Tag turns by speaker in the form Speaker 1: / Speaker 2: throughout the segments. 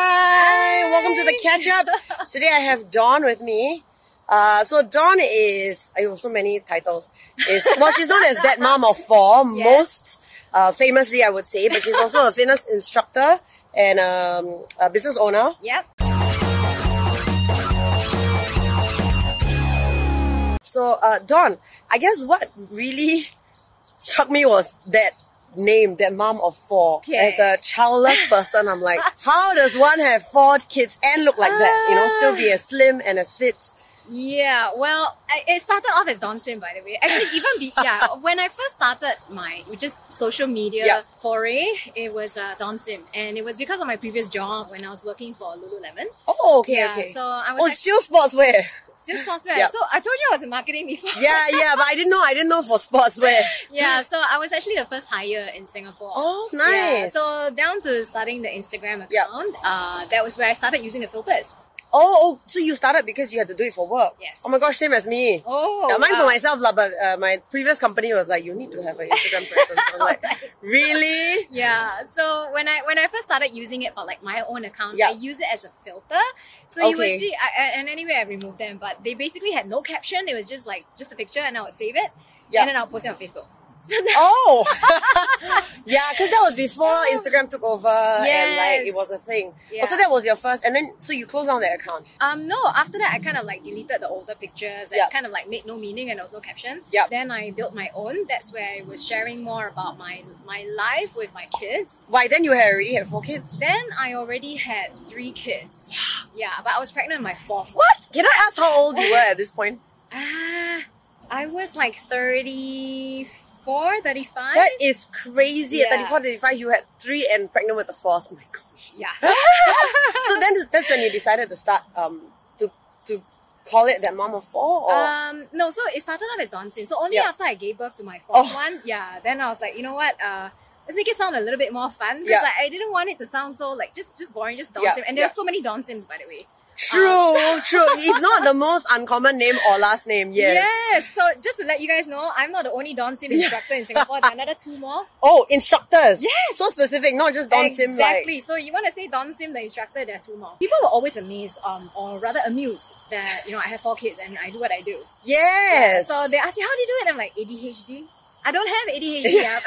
Speaker 1: Hi, welcome to the catch up. Today I have Dawn with me. Uh, so Dawn is I have so many titles. Is well, she's known as that mom of four, most uh, famously I would say, but she's also a fitness instructor and um, a business owner.
Speaker 2: Yep.
Speaker 1: So uh, Dawn, I guess what really struck me was that name, that mom of four.
Speaker 2: Okay.
Speaker 1: As a childless person, I'm like, how does one have four kids and look like that? You know, still be as slim and as fit.
Speaker 2: Yeah. Well, I, it started off as Don Sim, by the way. Actually, even be, yeah, when I first started my just social media
Speaker 1: Yeah.
Speaker 2: foray, it was uh, Don Sim, and it was because of my previous job when I was working for Lululemon.
Speaker 1: Oh, okay,
Speaker 2: yeah.
Speaker 1: okay.
Speaker 2: So I
Speaker 1: oh,
Speaker 2: was actually
Speaker 1: still sportswear.
Speaker 2: still sportswear.
Speaker 1: Yeah.
Speaker 2: So I told you I was in marketing before.
Speaker 1: Yeah, yeah, but I didn't know. I didn't know for sportswear.
Speaker 2: yeah. So I was actually the first hire in Singapore.
Speaker 1: Oh,
Speaker 2: Yeah,
Speaker 1: nice.
Speaker 2: so down to starting the Instagram account,
Speaker 1: Yeah.
Speaker 2: uh, that was where I started using the filters.
Speaker 1: oh, oh, so you started because you had to do it for work.
Speaker 2: Yes.
Speaker 1: Oh my gosh, same as me.
Speaker 2: Oh,
Speaker 1: Yeah, mine for
Speaker 2: wow.
Speaker 1: myself, lah. but uh, my previous company was like, you need to have an Instagram presence. I'm like, really?
Speaker 2: Yeah. So when I when I first started using it for like my own account,
Speaker 1: Yeah.
Speaker 2: I use it as a filter. So you would
Speaker 1: Okay.
Speaker 2: see, I, I, and anyway, I removed them, but they basically had no caption. It was just like just a picture, and I would save it,
Speaker 1: Yeah.
Speaker 2: and then I'll post it on Facebook. So now,
Speaker 1: Oh, yeah, because that was before Instagram took over and like
Speaker 2: Yes.
Speaker 1: it was a thing.
Speaker 2: Yeah.
Speaker 1: Oh, so that was your first, and then so you closed down that account.
Speaker 2: um, no. After that, I kind of like deleted the older pictures. That
Speaker 1: Yeah.
Speaker 2: kind of like made no meaning, and there was no caption.
Speaker 1: Yeah.
Speaker 2: Then I built my own. That's where I was sharing more about my my life with my kids.
Speaker 1: Why? Then you had already had four kids.
Speaker 2: Then I already had three kids. Yeah, but I was pregnant with my fourth.
Speaker 1: What? Can I ask how old you were at this point?
Speaker 2: Ah, I was like 34, 35.
Speaker 1: That is crazy. At
Speaker 2: Yeah.
Speaker 1: 34, 35, you had three and pregnant with the fourth. Oh my gosh.
Speaker 2: yeah.
Speaker 1: so then that's when you decided to start um to to call it that mom of four. Or?
Speaker 2: Um, no, so it started off as Down syndrome. So only
Speaker 1: Oh. Yeah.
Speaker 2: after I gave birth to my fourth
Speaker 1: Oh.
Speaker 2: one, yeah, then I was like, you know what, uh, let's make it sound a little bit more fun. Because
Speaker 1: Yeah.
Speaker 2: like, I didn't want it to sound so like just just boring, just Down
Speaker 1: Yeah,
Speaker 2: syndrome. And there's
Speaker 1: yeah.
Speaker 2: so many Down Sims, by the way.
Speaker 1: true,
Speaker 2: uh,
Speaker 1: true. It's not the most uncommon name or last name. Yes.
Speaker 2: So just to let you guys know, I'm not the only Down Sim instructor in Singapore. There are another two more.
Speaker 1: Oh, instructors. Yes. So specific, not just Don
Speaker 2: exactly.
Speaker 1: Sim. Like,
Speaker 2: So you want to say Don Sim, the instructor, there are two more. People were always amazed, um, or rather amused that you know I have four kids and I do what I do.
Speaker 1: yes.
Speaker 2: So they asked me how do you do it. I'm like ADHD. I don't have ADHD. I have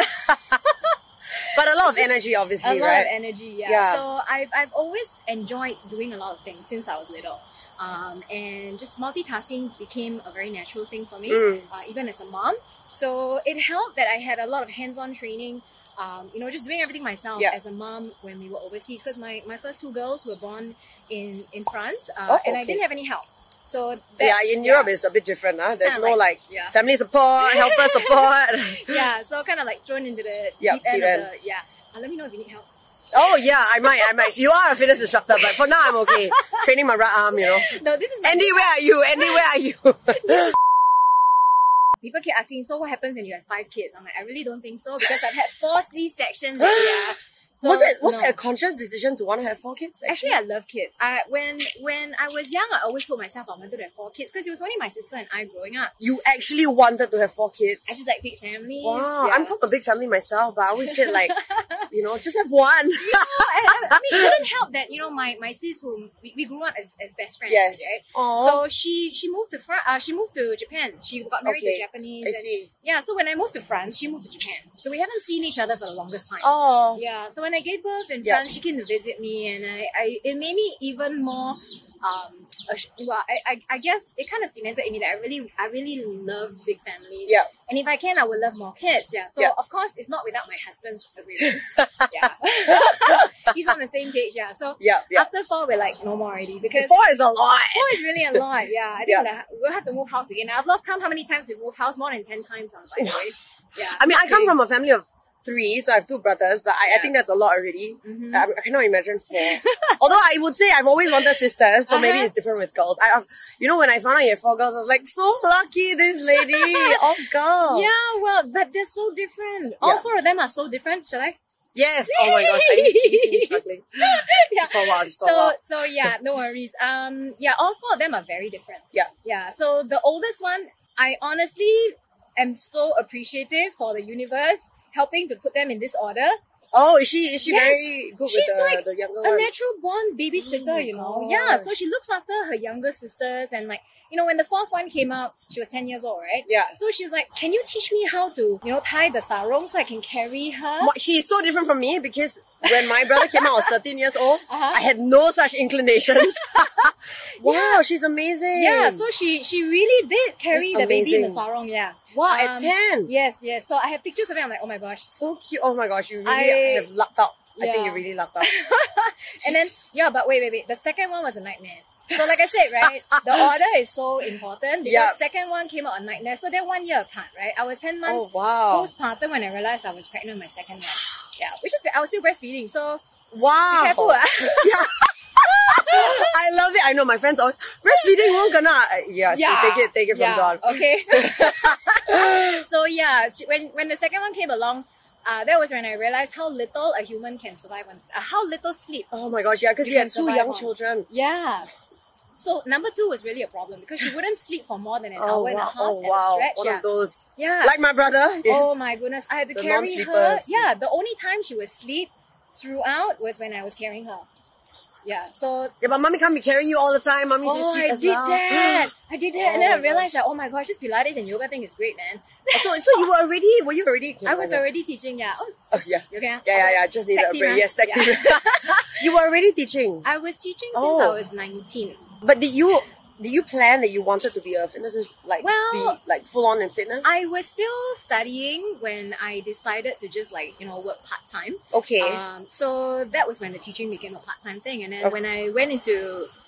Speaker 1: but a lot of energy, obviously,
Speaker 2: a lot
Speaker 1: right?
Speaker 2: of energy. Yeah.
Speaker 1: Yeah.
Speaker 2: So I've I've always enjoyed doing a lot of things since I was little. Um, and just multitasking became a very natural thing for me,
Speaker 1: Mm.
Speaker 2: uh, even as a mom. So it helped that I had a lot of hands-on training. Um, you know, just doing everything myself
Speaker 1: Yeah.
Speaker 2: as a mom when we were overseas. Because my, my first two girls were born in in France, uh,
Speaker 1: Oh,
Speaker 2: and I
Speaker 1: okay.
Speaker 2: didn't have any help. So
Speaker 1: yeah,
Speaker 2: that's-
Speaker 1: in Europe it's a bit different. Huh?
Speaker 2: It's
Speaker 1: There's
Speaker 2: kinda
Speaker 1: no like,
Speaker 2: like- yeah.
Speaker 1: family support, helper support.
Speaker 2: yeah, so kind of like thrown into the
Speaker 1: Yeah,
Speaker 2: deep end
Speaker 1: deep
Speaker 2: of the yeah. Uh, let me know if you need help.
Speaker 1: oh yeah, I might, I might. You are a fitness instructor, but for now I'm okay. Training my right arm, you know.
Speaker 2: No, this is my
Speaker 1: Andy, where are you? Andy, where are you?
Speaker 2: people keep asking. So what happens when you have five kids? I'm like, I really don't think so because I've had four C sections. yeah. So,
Speaker 1: was it was
Speaker 2: no.
Speaker 1: it a conscious decision to want to have four kids?
Speaker 2: Actually, I love kids. I when when I was young, I always told myself I wanted to have four kids because it was only my sister and I growing up.
Speaker 1: you actually wanted to have four kids.
Speaker 2: I just like big families.
Speaker 1: wow,
Speaker 2: yeah.
Speaker 1: I'm from a big family myself, but I always said like, you know, just have one.
Speaker 2: I, I, I mean, it didn't help that you know my my sis who we, we grew up as, as best friends,
Speaker 1: Yes.
Speaker 2: right?
Speaker 1: Aw.
Speaker 2: So she she moved to France. Uh, she moved to Japan. She got married
Speaker 1: Okay.
Speaker 2: to Japanese.
Speaker 1: I
Speaker 2: and-
Speaker 1: see.
Speaker 2: yeah. So when I moved to France, she moved to Japan. So we haven't seen each other for the longest time.
Speaker 1: Oh,
Speaker 2: Yeah. So when I gave birth in
Speaker 1: Yeah.
Speaker 2: France, she came to visit me, and I, I it made me even more. Um, ass- well, I, I, I guess it kind of cemented in me that I really, I really love big families.
Speaker 1: Yeah.
Speaker 2: And if I can, I would love more kids. Yeah. So
Speaker 1: Yeah.
Speaker 2: of course, it's not without my husband's agreement. yeah. He's on the same page. Yeah. So
Speaker 1: Yeah, yeah.
Speaker 2: after four, we're like no more already because
Speaker 1: four is a lot.
Speaker 2: four is really a lot. Yeah. I think
Speaker 1: Yeah.
Speaker 2: that we'll have to move house again. I've lost count how many times we've moved house. More than ten times. now, By the way. Yeah.
Speaker 1: I mean, I come from a family of three, so I have two brothers, but I, I
Speaker 2: Yeah.
Speaker 1: think that's a lot already.
Speaker 2: Mm-hmm.
Speaker 1: I, I cannot imagine four. Although I would say I've always wanted sisters, so maybe
Speaker 2: Uh-huh.
Speaker 1: it's different with girls. I, I've- you know, when I found out you had four girls, I was like, so lucky, this lady. oh, girls.
Speaker 2: Yeah, well, but they're so different. All
Speaker 1: Yeah.
Speaker 2: four of them are so different. Shall I?
Speaker 1: Yes. Oh my gosh, I you see me struggling. Just for a while, just for a
Speaker 2: So,
Speaker 1: while.
Speaker 2: so yeah, no worries. Um, yeah, all four of them are very different.
Speaker 1: Yeah.
Speaker 2: Yeah. So the oldest one, I honestly am so appreciative for the universe helping to put them in this order
Speaker 1: Oh, is she is she
Speaker 2: Yes.
Speaker 1: very good
Speaker 2: She's
Speaker 1: with the,
Speaker 2: like
Speaker 1: the younger
Speaker 2: a
Speaker 1: ones?
Speaker 2: natural born babysitter,
Speaker 1: Oh my
Speaker 2: you know. Yeah,
Speaker 1: gosh.
Speaker 2: so she looks after her younger sisters and like you know when the fourth one came out, she was ten years old, right?
Speaker 1: Yeah.
Speaker 2: So she was like, "Can you teach me how to you know tie the sarong so I can carry her?"
Speaker 1: Mo- She is so different from me because when my brother came out, I was 13 years old.
Speaker 2: Uh-huh.
Speaker 1: I had no such inclinations. wow, she's amazing.
Speaker 2: Yeah, so she she really did carry
Speaker 1: That's
Speaker 2: the baby in the
Speaker 1: amazing.
Speaker 2: sarong. Yeah.
Speaker 1: Wow, at
Speaker 2: um,
Speaker 1: 10?
Speaker 2: Yes, yes. So I have pictures of it. I'm like, oh my gosh.
Speaker 1: so cute. Oh my gosh, you really
Speaker 2: I-
Speaker 1: have lucked out. I think
Speaker 2: Yeah.
Speaker 1: you really lucked out.
Speaker 2: And then yeah, but wait, wait, wait. The second one was a nightmare. So like I said, right, the order is so important because
Speaker 1: Yeah.
Speaker 2: second one came out a nightmare. So they're one year apart, right? I was ten
Speaker 1: Oh,
Speaker 2: months
Speaker 1: wow.
Speaker 2: postpartum when I realized I was pregnant with my second one. Yeah, which is I was still breastfeeding. So
Speaker 1: Wow.
Speaker 2: careful, ah.
Speaker 1: Yeah. I love it. I know my friends always breastfeeding won't gonna. uh, Yeah, yeah. See, take it, take it from
Speaker 2: yeah,
Speaker 1: Dawn.
Speaker 2: Okay. so yeah, she- when when the second one came along, uh, that was when I realized how little a human can survive on, s- uh, how little sleep.
Speaker 1: Oh my gosh, yeah, because
Speaker 2: You
Speaker 1: you had
Speaker 2: can
Speaker 1: two
Speaker 2: survive
Speaker 1: young
Speaker 2: on.
Speaker 1: children.
Speaker 2: Yeah. So number two was really a problem because she wouldn't sleep for more than an
Speaker 1: Oh
Speaker 2: hour and a
Speaker 1: wow,
Speaker 2: half
Speaker 1: oh
Speaker 2: at a
Speaker 1: wow,
Speaker 2: stretch.
Speaker 1: one
Speaker 2: yeah.
Speaker 1: of those.
Speaker 2: Yeah.
Speaker 1: Like my brother. Yes.
Speaker 2: Oh my goodness, I had to
Speaker 1: The
Speaker 2: carry her.
Speaker 1: non-sleepers.
Speaker 2: Yeah, the only time she was sleep throughout was when I was carrying her. Yeah, so
Speaker 1: Yeah, but mommy can't be carrying you all the time. Mommy
Speaker 2: oh,
Speaker 1: sleep
Speaker 2: I
Speaker 1: as
Speaker 2: did
Speaker 1: well.
Speaker 2: that. I did that, and
Speaker 1: Oh
Speaker 2: then I
Speaker 1: my
Speaker 2: realized that oh my gosh, this Pilates and yoga thing is great, man.
Speaker 1: so, so you were already? Were you already?
Speaker 2: I was already teaching. Yeah. Oh,
Speaker 1: Oh, yeah.
Speaker 2: you okay?
Speaker 1: Yeah, yeah, yeah. I Just needed
Speaker 2: Tech
Speaker 1: a
Speaker 2: team,
Speaker 1: break.
Speaker 2: ah?
Speaker 1: Yes, tech
Speaker 2: Yeah.
Speaker 1: team. you were already teaching,
Speaker 2: I was teaching since
Speaker 1: Oh.
Speaker 2: I was nineteen.
Speaker 1: but did you did you plan that you wanted to be a fitness ins- like
Speaker 2: Well,
Speaker 1: be like full on in fitness?
Speaker 2: I was still studying when I decided to just like you know work part time.
Speaker 1: okay.
Speaker 2: Um, so that was when the teaching became a part time thing, and then
Speaker 1: Okay.
Speaker 2: when I went into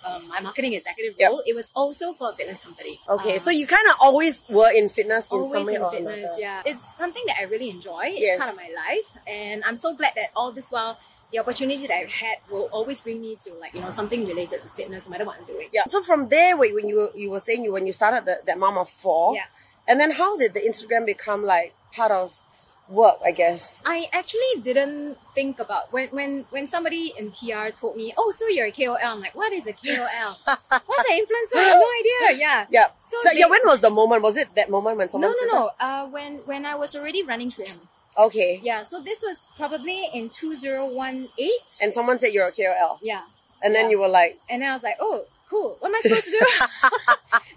Speaker 2: um, my marketing executive
Speaker 1: Yep.
Speaker 2: role, it was also for a fitness company.
Speaker 1: okay,
Speaker 2: Um,
Speaker 1: so you kind of always were in fitness in
Speaker 2: always
Speaker 1: some way
Speaker 2: in
Speaker 1: or
Speaker 2: fitness,
Speaker 1: another.
Speaker 2: yeah. It's something that I really enjoy. It's
Speaker 1: Yes.
Speaker 2: part of my life, and I'm so glad that all this while the opportunity that I've had will always bring me to like you know something related to fitness, no matter what I'm doing.
Speaker 1: Yeah. So from there, wait, when you were- you were saying you when you started the, that mom of four,
Speaker 2: Yeah.
Speaker 1: and then how did the Instagram become like part of work? I guess.
Speaker 2: I actually didn't think about when when when somebody in PR told me, "Oh, so you're a KOL." I'm like, "What is a KOL? What's an influencer?" I have no idea. Yeah.
Speaker 1: Yeah. So, yeah,
Speaker 2: So they-
Speaker 1: when was the moment? Was it that moment when
Speaker 2: No,
Speaker 1: someone?
Speaker 2: no,
Speaker 1: said
Speaker 2: no. Uh, when when I was already running Trim.
Speaker 1: that? Okay.
Speaker 2: Yeah. So this was probably in two zero one eight.
Speaker 1: And someone said you're a KOL,
Speaker 2: Yeah.
Speaker 1: and then
Speaker 2: Yeah.
Speaker 1: you were like,
Speaker 2: And then I was like, "Oh, cool. What am I supposed to do?"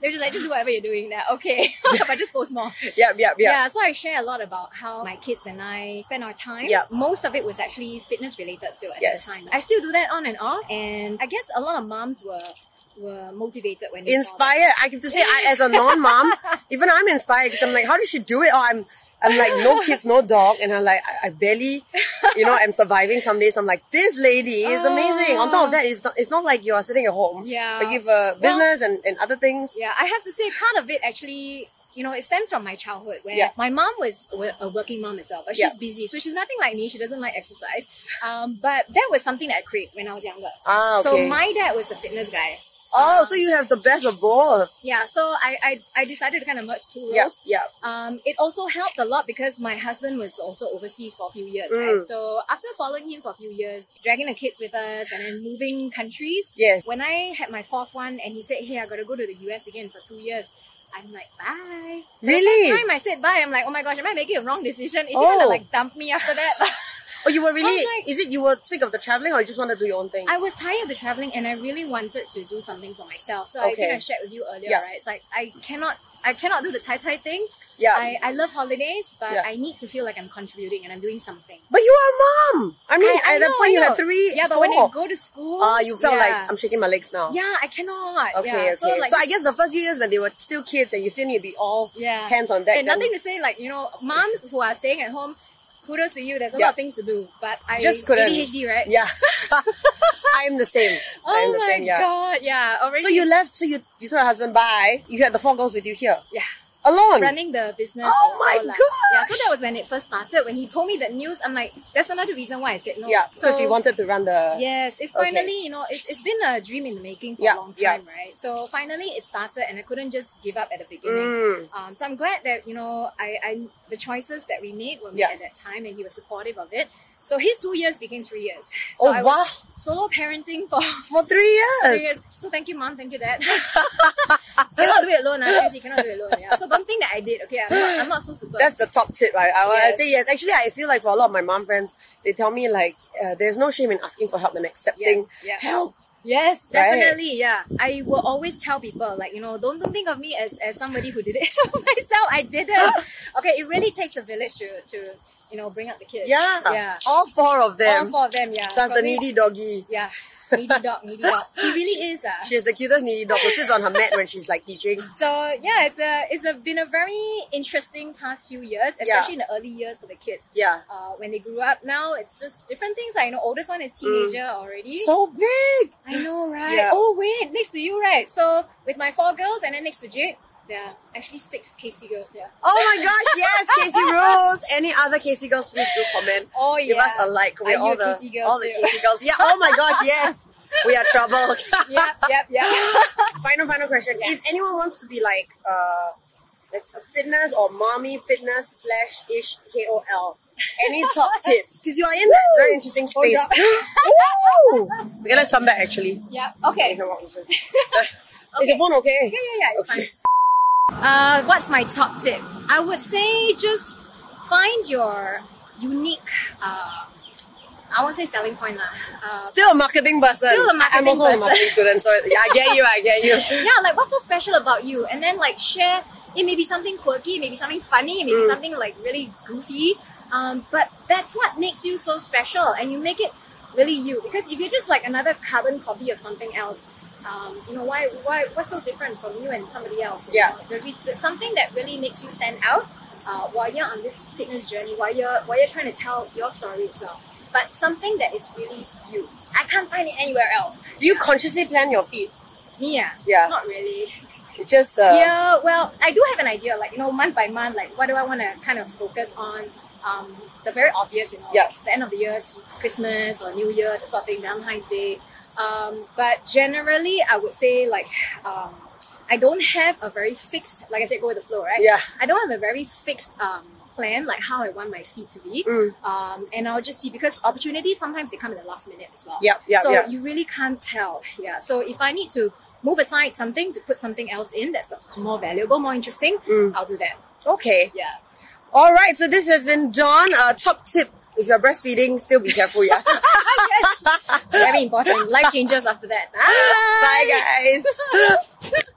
Speaker 2: They're just like, "Just do whatever you're doing now." Okay. but just post more.
Speaker 1: yep, yep, yep.
Speaker 2: so I share a lot about how my kids and I spend our time.
Speaker 1: Yeah.
Speaker 2: Most of it was actually fitness related still at
Speaker 1: Yes.
Speaker 2: the time. I still do that on and off and I guess a lot of moms were were motivated when they saw that.
Speaker 1: inspired. I have to say, I, as a non-mom, even I'm inspired because I'm like, how did she do it? Or I'm, I'm like, no kids, no dog, and I'm like, I, I barely, you know, I'm surviving some days. I'm like, this lady is amazing. On top of that, it's not, it's not like you are sitting at home.
Speaker 2: Yeah.
Speaker 1: but you've a
Speaker 2: Well-
Speaker 1: business and, and other things.
Speaker 2: Yeah, I have to say part of it actually you know, it stems from my childhood where
Speaker 1: Yeah.
Speaker 2: my mom was wa- a working mom as well, but she's
Speaker 1: Yeah.
Speaker 2: busy. So she's nothing like me. She doesn't like exercise. Um, but that was something that I craved when I was younger.
Speaker 1: Ah, okay.
Speaker 2: So my dad was the fitness guy.
Speaker 1: oh, so you have the best of both.
Speaker 2: Yeah. So I, I, I decided to kind of merge two roles.
Speaker 1: Yeah, yeah.
Speaker 2: Um, it also helped a lot because my husband was also overseas for a few years,
Speaker 1: Mm.
Speaker 2: right? So after following him for a few years, dragging the kids with us and then moving countries.
Speaker 1: Yes.
Speaker 2: When I had my fourth one and he said, Hey, I gotta go to the US again for two years, I'm like, bye.
Speaker 1: Really?
Speaker 2: The first time I said bye, I'm like, oh my gosh, am I making a wrong decision? Is he
Speaker 1: Oh.
Speaker 2: gonna like dump me after that?
Speaker 1: Oh, you were really.
Speaker 2: I was like-
Speaker 1: is it you were sick of the traveling, or you just want to do your own thing?
Speaker 2: I was tired of the traveling and I really wanted to do something for myself. So I
Speaker 1: Okay.
Speaker 2: think I shared with you earlier,
Speaker 1: Yeah.
Speaker 2: right? It's like I cannot I cannot do the tie tie thing.
Speaker 1: yeah.
Speaker 2: I, I love holidays, but
Speaker 1: Yeah.
Speaker 2: I need to feel like I'm contributing and I'm doing something.
Speaker 1: but you are a mom. I mean,
Speaker 2: I
Speaker 1: at that
Speaker 2: know,
Speaker 1: point
Speaker 2: I
Speaker 1: you had
Speaker 2: know.
Speaker 1: three,
Speaker 2: Yeah, but
Speaker 1: four.
Speaker 2: when you go to school,
Speaker 1: Ah, you felt
Speaker 2: yeah.
Speaker 1: like I'm shaking my legs now.
Speaker 2: Yeah, I cannot.
Speaker 1: Okay, okay.
Speaker 2: yeah. So like,
Speaker 1: I guess the first few years when they were still kids and you still need to be all
Speaker 2: yeah,
Speaker 1: hands on deck.
Speaker 2: And
Speaker 1: then
Speaker 2: nothing to say, like you know, moms who are staying at home, kudos to you. There's a
Speaker 1: Yeah.
Speaker 2: lot of things to do, but I
Speaker 1: Just couldn't.
Speaker 2: ADHD, right?
Speaker 1: Yeah. I'm the same. I'm
Speaker 2: Oh
Speaker 1: the
Speaker 2: my
Speaker 1: same, yeah.
Speaker 2: god, yeah. Already,
Speaker 1: So you left, so you, you told your husband bye. You had the four girls with you here.
Speaker 2: yeah.
Speaker 1: Alone.
Speaker 2: Running the business.
Speaker 1: Oh
Speaker 2: also,
Speaker 1: my
Speaker 2: like-
Speaker 1: gosh.
Speaker 2: Yeah, so that was when it first started. When he told me that news, I'm like, that's another reason why I said no.
Speaker 1: Yeah, because
Speaker 2: so,
Speaker 1: you wanted to run the.
Speaker 2: Yes, it's
Speaker 1: Okay.
Speaker 2: finally, you know, it's, it's been a dream in the making for
Speaker 1: Yeah,
Speaker 2: a long time,
Speaker 1: yeah.
Speaker 2: right? So finally it started and I couldn't just give up at the beginning.
Speaker 1: Mm.
Speaker 2: Um, so I'm glad that, you know, I, I the choices that we made were made
Speaker 1: Yeah.
Speaker 2: at that time and he was supportive of it. So his two years became three years. So
Speaker 1: Oh,
Speaker 2: I
Speaker 1: wow.
Speaker 2: was solo parenting for
Speaker 1: For three years.
Speaker 2: three years. So thank you, mom. Thank you, dad. cannot do it alone. Uh, seriously, cannot do it alone. Yeah. So don't think that I did. Okay, I'm not, I'm not so super.
Speaker 1: That's the top tip, right? I,
Speaker 2: Yes.
Speaker 1: I'd say yes. Actually, I feel like for a lot of my mom friends, they tell me like, uh, there's no shame in asking for help and accepting
Speaker 2: yeah.
Speaker 1: help.
Speaker 2: yes,
Speaker 1: Right.
Speaker 2: definitely. Yeah, I will always tell people like you know don't, don't think of me as, as somebody who did it myself. I didn't. Okay, it really takes a village to to you know bring up the kids.
Speaker 1: Yeah.
Speaker 2: yeah.
Speaker 1: All four of
Speaker 2: All
Speaker 1: them.
Speaker 2: four of them. Yeah.
Speaker 1: Plus the
Speaker 2: Probably-
Speaker 1: needy doggy.
Speaker 2: Yeah. Needy dog, needy dog. He really is. Uh.
Speaker 1: She is the cutest needy dog who sits on her mat when she's like teaching.
Speaker 2: So yeah, it's a it's a, been a very interesting past few years, especially in the early years for the kids.
Speaker 1: Yeah.
Speaker 2: Uh, when they grew up now, it's just different things. I know oldest one is teenager
Speaker 1: Mm.
Speaker 2: already.
Speaker 1: So big.
Speaker 2: I know, right?
Speaker 1: Yeah.
Speaker 2: Oh wait, next to you, right? So with my four girls and then next to Jade, there are actually six KC girls. Yeah.
Speaker 1: Oh my gosh, yes, Casey Rose. Any other Casey girls, please do comment.
Speaker 2: Oh yeah.
Speaker 1: Give us a like. We're
Speaker 2: Are
Speaker 1: all
Speaker 2: you a
Speaker 1: the
Speaker 2: Casey girl
Speaker 1: all the
Speaker 2: too?
Speaker 1: Casey girls. Yeah. Oh my gosh, yes. We are trouble.
Speaker 2: yep, yep, yep.
Speaker 1: final final question
Speaker 2: Yeah.
Speaker 1: if anyone wants to be like uh that's a fitness or mommy fitness slash ish kol any top tips because you are in that very interesting space
Speaker 2: drop.
Speaker 1: Woo! okay let's come back actually
Speaker 2: yep. Okay.
Speaker 1: You can walk this way. is your phone okay
Speaker 2: Yeah, yeah, yeah, it's fine. Uh, what's my top tip? I would say just find your unique, uh, I won't say selling point lah. Uh,
Speaker 1: still a marketing person
Speaker 2: Still a
Speaker 1: i'm
Speaker 2: marketing
Speaker 1: also a
Speaker 2: person.
Speaker 1: marketing student so yeah, i get you i get you
Speaker 2: yeah, like what's so special about you? And then like share, it may be something quirky, maybe something funny,
Speaker 1: Mm.
Speaker 2: maybe something like really goofy. Um, but that's what makes you so special and you make it really you. Because if you're just like another carbon copy of something else, um, you know, why, why, what's so different from you and somebody else? you
Speaker 1: Yeah.
Speaker 2: know? There be- there's something that really makes you stand out uh, while you're on this fitness journey, while you're, while you're trying to tell your story as well. But something that is really you. I can't find it anywhere else.
Speaker 1: do you consciously plan your feet
Speaker 2: Me, yeah.
Speaker 1: Yeah.
Speaker 2: Not really.
Speaker 1: It just uh,
Speaker 2: Yeah, well, I do have an idea, like, you know, month by month, like, what do I want to kind of focus on? Um, the very obvious, you know,
Speaker 1: Yeah.
Speaker 2: like it's the end of the year, it's Christmas or New Year, the sort of thing, Valentine's Day. Um, but generally, I would say, like, um, I don't have a very fixed, like I said, go with the flow, right?
Speaker 1: Yeah.
Speaker 2: I don't have a very fixed um, plan, like how I want my feet to be.
Speaker 1: Mm.
Speaker 2: Um, and I'll just see, because opportunities sometimes they come in the last minute as well.
Speaker 1: Yep, yep,
Speaker 2: So
Speaker 1: yep.
Speaker 2: you really can't tell. Yeah. So if I need to move aside something to put something else in that's more valuable, more interesting,
Speaker 1: Mm.
Speaker 2: I'll do that.
Speaker 1: okay
Speaker 2: Yeah.
Speaker 1: all right so this has been dawn uh, top tip if you're breastfeeding still be careful yeah
Speaker 2: Very important. Life changes after that. Bye.
Speaker 1: bye guys